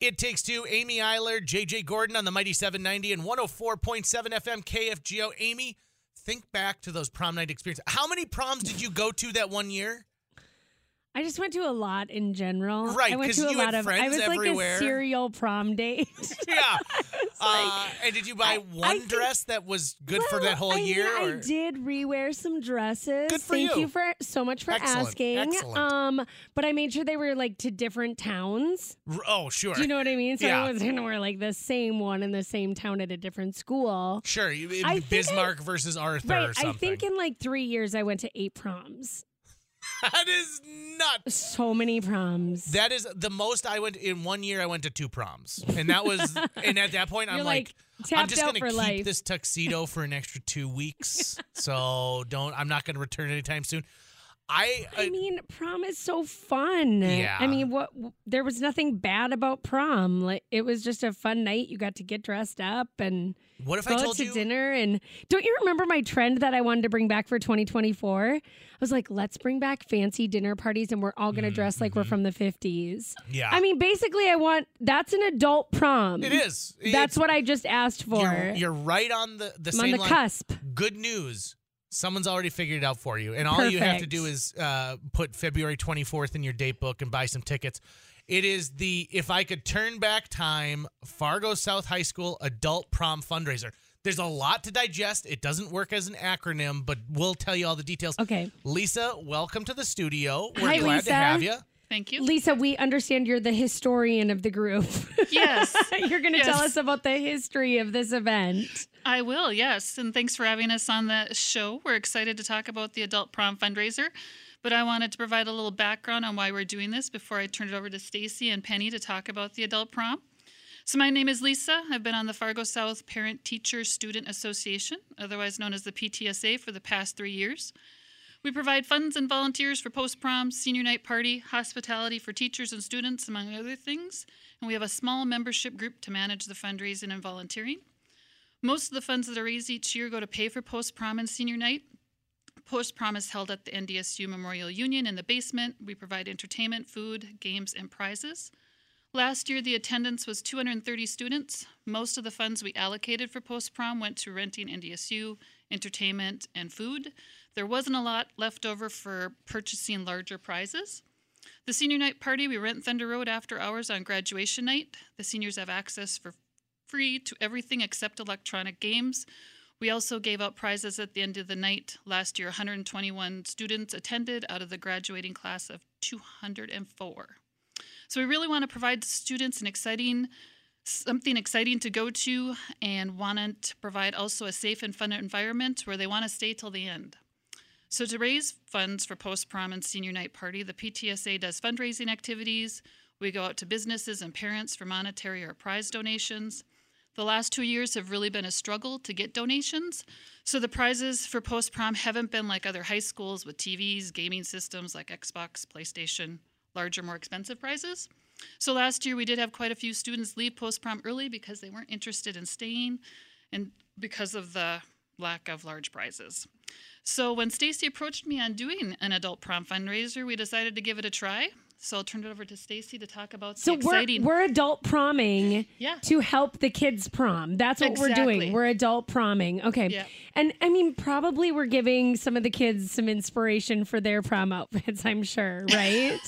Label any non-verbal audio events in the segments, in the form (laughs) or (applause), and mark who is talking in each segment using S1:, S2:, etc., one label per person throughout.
S1: It takes two. Amy Eiler, JJ Gordon on the Mighty 790 and 104.7 FM KFGO. Amy, think back to those prom night experiences. How many proms did you go to that one
S2: (laughs)
S1: year?
S2: I just went to a lot in general.
S1: Right,
S2: I went
S1: 'cause
S2: to a
S1: you had
S2: lot of. I
S1: friends
S2: was
S1: everywhere.
S2: like a serial prom date.
S1: Yeah. uh,
S2: like-
S1: and did you buy
S2: I-
S1: one
S2: I think-
S1: dress that was good for
S2: Well,
S1: that whole
S2: (laughs) I mean,
S1: year?
S2: I
S1: or-
S2: did rewear some dresses.
S1: Good for
S2: Thank
S1: you.
S2: you. for so much for
S1: Excellent,
S2: asking.
S1: excellent.
S2: Um, but I made sure they were like to different towns.
S1: R- Oh, sure.
S2: Do you know what I mean? So
S1: Yeah.
S2: I wasn't wear like the same one in the same town at a different school.
S1: Sure. you- it'd
S2: I
S1: be
S2: think I-
S1: Bismarck versus Arthur or
S2: Right. I
S1: something.
S2: think in like three years I went to eight proms.
S1: (laughs) that is nuts.
S2: So many proms.
S1: That is the most I went in one year. I went to two proms, and that was. and at that point,
S2: You're
S1: I'm
S2: like,
S1: like,
S2: tapped
S1: I'm just
S2: out
S1: gonna
S2: for
S1: keep
S2: life.
S1: this
S2: (laughs)
S1: tuxedo for an extra two weeks. so don't. I'm not gonna return anytime soon. I.
S2: I
S1: uh,
S2: mean, prom is so fun.
S1: Yeah.
S2: I mean, what? There was nothing bad about prom. Like it was just a fun night. You got to get dressed up and
S1: what if I
S2: go
S1: told
S2: to
S1: you?
S2: dinner. And don't you remember my trend that I wanted to bring back for 2024? I was like, let's bring back fancy dinner parties, and we're all
S1: Mm-hmm,
S2: going to dress like we're from the 50s.
S1: Yeah.
S2: I mean, basically, I want that's an adult prom.
S1: Ah. it is.
S2: That's
S1: It's-
S2: what I just asked for.
S1: You're, you're right on the the
S2: I'm on
S1: same
S2: the
S1: line.
S2: cusp.
S1: Good news. Someone's already figured it out for you, and all you have to
S2: Perfect.
S1: do is uh, put February 24th in your date book and buy some tickets. It is the if I could turn back time Fargo South High School adult prom fundraiser. There's a lot to digest. It doesn't work as an acronym, but we'll tell you all the details.
S2: Okay.
S1: Lisa, welcome to the studio. We're
S2: Hi,
S1: glad
S2: Lisa.
S1: to have you.
S3: Thank you.
S2: Lisa, we understand you're the historian of the group. (laughs)
S3: Yes,
S2: You're going to
S3: Yes.
S2: tell us about the history of this event.
S3: I will. Yes. And thanks for having us on the show. We're excited to talk about the adult prom fundraiser, but I wanted to provide a little background on why we're doing this before I turn it over to Stacy and Penny to talk about the adult prom. So, my name is Lisa. I've been on the Fargo South Parent Teacher Student Association, otherwise known as the PTSA, for the past three years. We provide funds and volunteers for post prom, senior night party, hospitality for teachers and students, among other things. And we have a small membership group to manage the fundraising and volunteering. Most of the funds that are raised each year go to pay for post prom and senior night. Post prom is held at the NDSU Memorial Union in the basement. We provide entertainment, food, games, and prizes. Last year, the attendance was 230 students. Most of the funds we allocated for post prom went to renting NDSU, entertainment, and food. There wasn't a lot left over for purchasing larger prizes. The senior night party, we rent Thunder Road after hours on graduation night. The seniors have access for free to everything except electronic games. We also gave out prizes at the end of the night. Last year, 121 students attended out of the graduating class of 204. So we really want to provide students an exciting something exciting to go to and want to provide also a safe and fun environment where they want to stay till the end. So, to raise funds for post prom and senior night party, the PTSA does fundraising activities. We go out to businesses and parents for monetary or prize donations. The last two years have really been a struggle to get donations. So, the prizes for post prom haven't been like other high schools with TVs, gaming systems like Xbox, PlayStation, larger, more expensive prizes. So, last year we did have quite a few students leave post prom early because they weren't interested in staying and because of the lack of large prizes. So when Stacy approached me on doing an adult prom fundraiser, we decided to give it a try. So I'll turn it over to Stacy to talk about
S2: So
S3: the
S2: we're,
S3: exciting. Oh,
S2: we're adult proming
S3: Yeah.
S2: to help the kids prom. That's what we're
S3: Exactly.
S2: doing. We're adult proming. Okay.
S3: Yeah.
S2: And I mean, probably we're giving some of the kids some inspiration for their prom outfits, I'm sure,
S3: (laughs)
S2: right?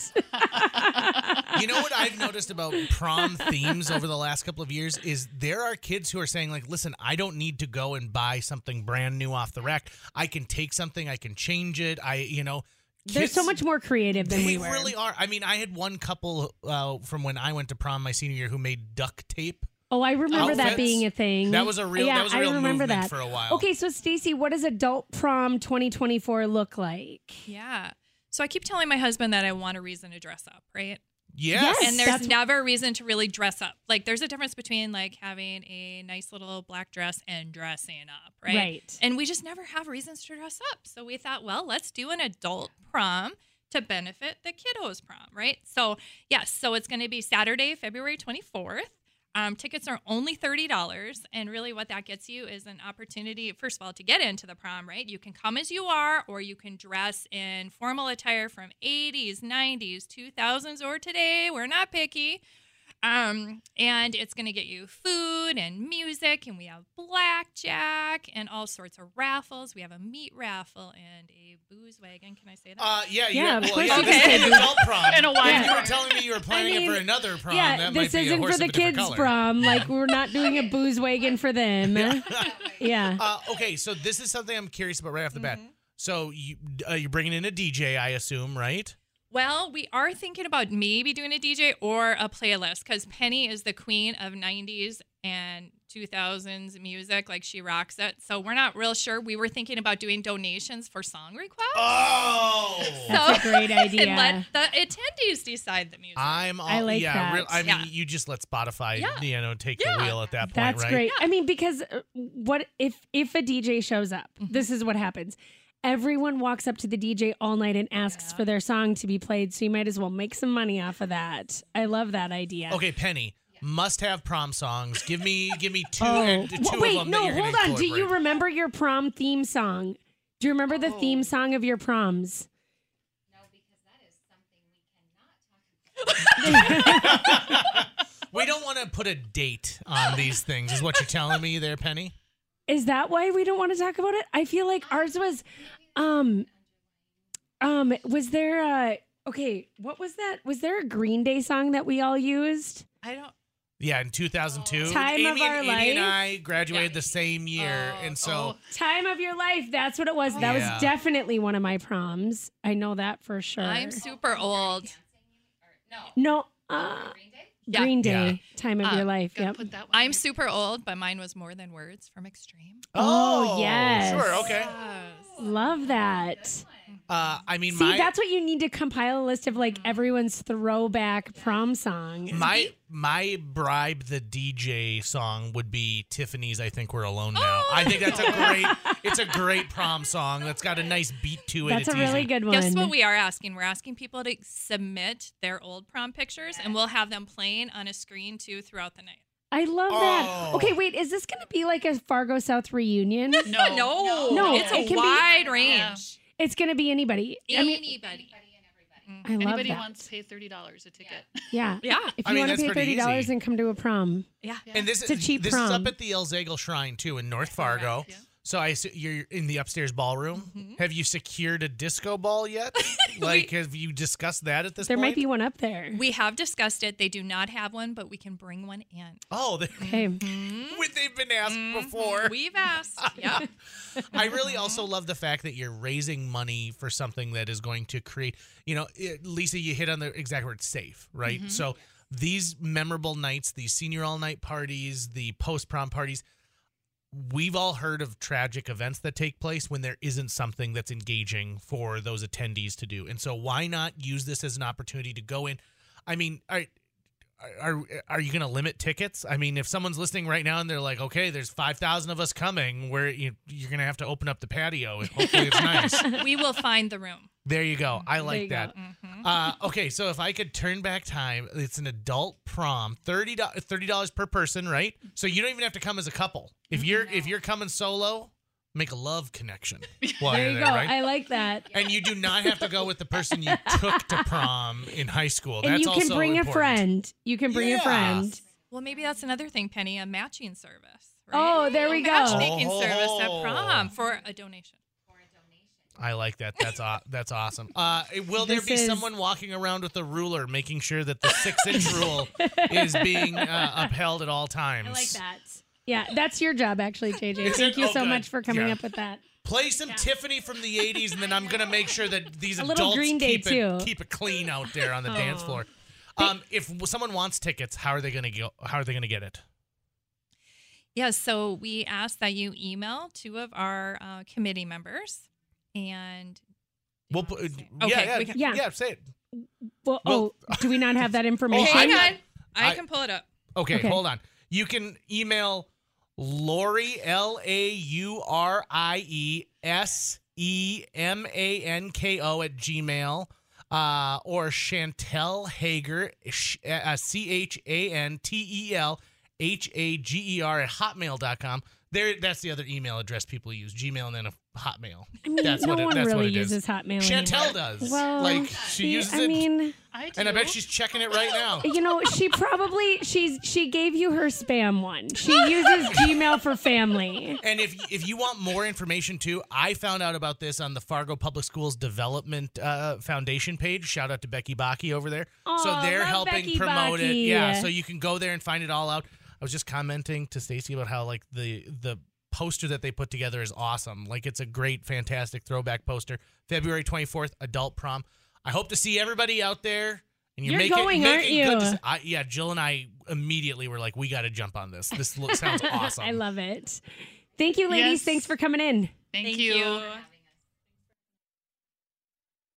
S1: you know what I've noticed
S2: (laughs)
S1: about prom themes over the last couple of years is there are kids who are saying like, "Listen, I don't need to go and buy something brand new off the rack. I can take something, I can change it. I, you know,
S2: They're so
S1: kids-
S2: much more creative than
S1: They
S2: we were.
S1: really are. I mean, I had one couple uh, from when I went to prom my senior year who made duct tape.
S2: oh, I remember
S1: Outfits.
S2: that being a thing.
S1: That was a real-
S2: Mm-hmm. Yeah,
S1: that was a real
S2: I remember
S1: movement
S2: that
S1: for a while.
S2: Okay, so Stacy, what does adult prom 2024 look like?
S4: Yeah. So I keep telling my husband that I want a reason to dress up, right?
S1: Yes.
S2: Yes.
S4: And there's
S2: That's-
S4: never a reason to really dress up. Like there's a difference between like having a nice little black dress and dressing up, right?
S2: Right.
S4: And we just never have reasons to dress up. So we thought, well, let's do an adult prom to benefit the kiddos prom, right? So yes, so it's going to be Saturday, February 24th. Um, tickets are only $30 and really what that gets you is an opportunity first of all to get into the prom right you can come as you are or you can dress in formal attire from 80s 90s 2000s or today we're not picky Um, and it's going to get you food and music, and we have blackjack and all sorts of raffles. We have a meat raffle and a booze wagon. Can I say that?
S1: Uh, yeah,
S2: Yeah,
S1: yeah.
S2: of
S1: Well,
S2: course
S1: yeah
S2: you
S1: this
S2: can
S1: is
S2: do
S1: an adult
S2: (laughs)
S1: prom.
S3: And a wine
S1: If you were
S3: bar.
S1: telling me you were planning
S2: mean,
S1: it for another prom,
S2: yeah,
S1: that might
S2: this
S1: be a
S2: isn't
S1: horse
S2: for the
S1: of a different
S2: kids'
S1: color.
S2: prom. Like we're not
S1: (laughs)
S2: doing a booze wagon for them. yeah.
S1: Uh, okay, so this is something I'm curious about right off the
S2: Mm-hmm.
S1: bat. So you uh, you're bringing in a DJ, I assume, right?
S4: Well, we are thinking about maybe doing a DJ or a playlist because Penny is the queen of 90s and 2000s music. Like she rocks it. So we're not real sure. We were thinking about doing donations for song requests.
S1: Oh.
S2: That's
S4: (laughs)
S2: a great idea.
S4: and let the attendees decide the music.
S1: I'm all,
S2: I like
S1: yeah,
S2: that.
S1: real- I mean,
S4: Yeah.
S1: you just let Spotify,
S4: Yeah.
S1: you know, take the
S4: Yeah.
S1: wheel at that point,
S2: That's
S1: right?
S2: great. I mean, because uh, what if if a DJ shows up?
S1: Mm-hmm.
S2: This is what happens. Everyone walks up to the DJ all night and asks
S4: Yeah.
S2: for their song to be played. So you might as well make some money off of that. I love that idea.
S1: Okay, Penny, must have prom songs. Give me give me two.
S2: (laughs) Oh.
S1: and, two
S2: Wha-
S1: of
S2: wait,
S1: them
S2: no,
S1: that you're
S2: hold
S1: gonna
S2: on. Do you
S1: incorporate.
S2: remember your prom theme song? Do you remember the theme song of your proms?
S1: We don't want to put a date on these things, is what you're telling me there, Penny.
S2: Is that why we don't want to talk about it? I feel like ours was um um was there a okay, what was that? Was there a Green Day song that we all used?
S4: I don't.
S1: Yeah, in 2002,
S2: Time
S1: Amy,
S2: of our
S1: and, Amy and
S2: life.
S1: I graduated
S4: Yeah.
S1: the same year,
S4: Oh,
S1: and so
S2: Time of your life. That's what it was. That
S1: Yeah.
S2: was definitely one of my proms. I know that for sure.
S4: I'm super old.
S2: no, uh,
S4: Yeah.
S2: Green Day.
S1: Yeah.
S2: Time of
S4: Uh,
S2: your life.
S3: Gotta
S2: Yep.
S3: put that one
S4: I'm
S3: in.
S4: super old, but mine was more than words from Extreme.
S2: Oh, yes.
S1: sure, okay.
S2: Love that.
S1: Uh, I mean,
S2: See,
S1: my
S2: that's what you need to compile a list of
S4: Mm.
S2: like everyone's throwback prom song.
S1: my my bribe the DJ song would be Tiffany's. I think we're alone now.
S2: Oh.
S1: I think that's a great. It's a great prom song. That's got a nice beat to it.
S2: That's
S1: it's
S2: a really
S1: easy.
S2: good one.
S4: Guess what we are asking? We're asking people to submit their old prom pictures, and we'll have them playing on a screen too throughout the night.
S2: I love that.
S1: Oh.
S2: Okay, wait, is this going to be like a Fargo South
S1: (laughs)
S2: reunion?
S3: No.
S4: No,
S2: (laughs) No,
S4: it's a
S2: it can be-
S4: wide
S3: Yeah.
S4: range.
S2: it's going to be anybody. I mean,
S4: Anybody.
S2: I love
S3: Anybody
S2: that.
S3: wants to pay thirty dollars a ticket.
S2: (laughs) yeah.
S4: Mm-hmm. Yeah,
S2: If
S1: I
S2: you
S1: mean,
S2: want to
S1: that's
S2: pay
S1: pretty
S2: thirty dollars
S1: easy.
S2: and come to a prom,
S4: yeah.
S1: And this
S2: It's a
S1: is
S2: cheap
S1: this is
S2: prom.
S1: up at the El Zagel Shrine too in
S3: (laughs)
S1: North Fargo.
S3: Correct, yeah.
S1: So I assu- you're in the upstairs ballroom. Have you secured a disco ball yet? like, have you discussed that at this
S2: there
S1: point?
S2: might be one up there.
S4: We have discussed it. They do not have one, but we can bring one in.
S1: Oh, they,
S2: Okay.
S4: Mm-hmm.
S1: (laughs)
S2: Mm-hmm.
S1: when they've been asked before.
S4: We've asked. (laughs) Yeah.
S1: I really also love the fact that you're raising money for something that is going to create, you know, it, Lisa, you hit on the exact word safe, right? So these memorable nights, these senior all night parties, the post prom parties, we've all heard of tragic events that take place when there isn't something that's engaging for those attendees to do. And so why not use this as an opportunity to go in? I mean, I are are you going to limit tickets? I mean, if someone's listening right now and they're like, "Okay, there's five thousand of us coming," where you, you're going to have to open up the patio. And hopefully,
S2: (laughs)
S1: it's nice.
S4: we will find the room.
S1: There you go. I
S2: There
S1: like
S2: you go.
S1: that.
S2: Mm-hmm.
S1: Uh, okay, so if I could turn back time, it's an adult prom, thirty dollars per person, right? So you don't even have to come as a couple. If you're if you're coming solo, make a love connection while
S2: (laughs) There
S1: you're
S2: you
S1: there,
S2: go.
S1: right?
S2: I like that.
S1: and you do not have to go with the person
S2: (laughs)
S1: you took to prom in high school.
S2: and
S1: That's
S2: you can
S1: also
S2: bring a
S1: important.
S2: friend. You can bring
S1: Yeah.
S2: a friend.
S4: Well, maybe that's another thing, Penny, a matching service.
S2: Oh, there
S4: A
S2: we go.
S4: Matchmaking
S1: Oh.
S4: service at prom for a donation.
S1: I like that. That's aw- that's awesome. Uh, will there
S2: This
S1: be
S2: is-
S1: someone walking around with a ruler, making sure that the six inch rule
S2: (laughs)
S1: is being uh, upheld at all times?
S2: I like that. Yeah, that's your job
S1: (laughs)
S2: actually, JJ.
S1: Is
S2: Thank
S1: it?
S2: you
S1: Oh,
S2: so
S1: good.
S2: much for coming
S1: Yeah.
S2: up with that.
S1: Play some Tiffany from the '80s, (laughs) and then I'm gonna make sure that these
S2: A little
S1: adults
S2: Green Day,
S1: keep it
S2: too.
S1: keep it clean out there (laughs) on the dance
S2: Aw.
S1: floor. Um, if w- someone wants tickets, how are they gonna go? How are they gonna get it?
S4: Yes. so we ask that you email two of our uh, committee members and
S1: We'll put,
S4: Okay,
S1: yeah, yeah,
S4: we can-
S1: yeah,
S2: Yeah.
S1: Say it.
S2: Well,
S1: Well-
S2: oh, do we not
S1: (laughs)
S2: have that information?
S1: I-
S4: hang on. I,
S1: I-
S4: can pull it up.
S1: Okay,
S2: Okay.
S1: hold on. You can email Lori L A U R I E S E M A N K O at Gmail. Uh, or Chantel Hager, sh- uh, C H A N T E L H A G E R at hotmail.com. There, that's the other email address people use: Gmail and then a Hotmail.
S2: I mean,
S1: That's
S2: no
S1: what it-
S2: one
S1: that's what
S2: really
S1: it is.
S2: uses Hotmail.
S1: Chantel
S2: anymore.
S1: does.
S2: Well,
S1: like she
S2: See,
S1: uses
S2: I
S1: it,
S2: mean,
S3: I do.
S1: and I bet she's checking it right now.
S2: you know, she probably she's she gave you her spam one. She uses Gmail for family.
S1: And if if you want more information too, I found out about this on the Fargo Public Schools Development uh, Foundation page. Shout out to Becky Baki over there. so
S2: Aw,
S1: they're
S2: love
S1: helping
S2: Becky
S1: promote it.
S2: Baki.
S1: Yeah, so you can go there and find it all out. I was just commenting to Stacey about how like the the poster that they put together is awesome. Like it's a great, fantastic throwback poster. February twenty fourth, adult prom. I hope to see everybody out there. And you're,
S2: You're
S1: making,
S2: going,
S1: making
S2: aren't you?
S1: good deci- I, yeah, Jill and I immediately were like, we got to jump on this.
S2: (laughs)
S1: This looks, sounds awesome.
S2: I love it. Thank you, ladies.
S3: Yes.
S2: Thanks for coming in.
S3: Thank,
S4: Thank
S3: you.
S4: you.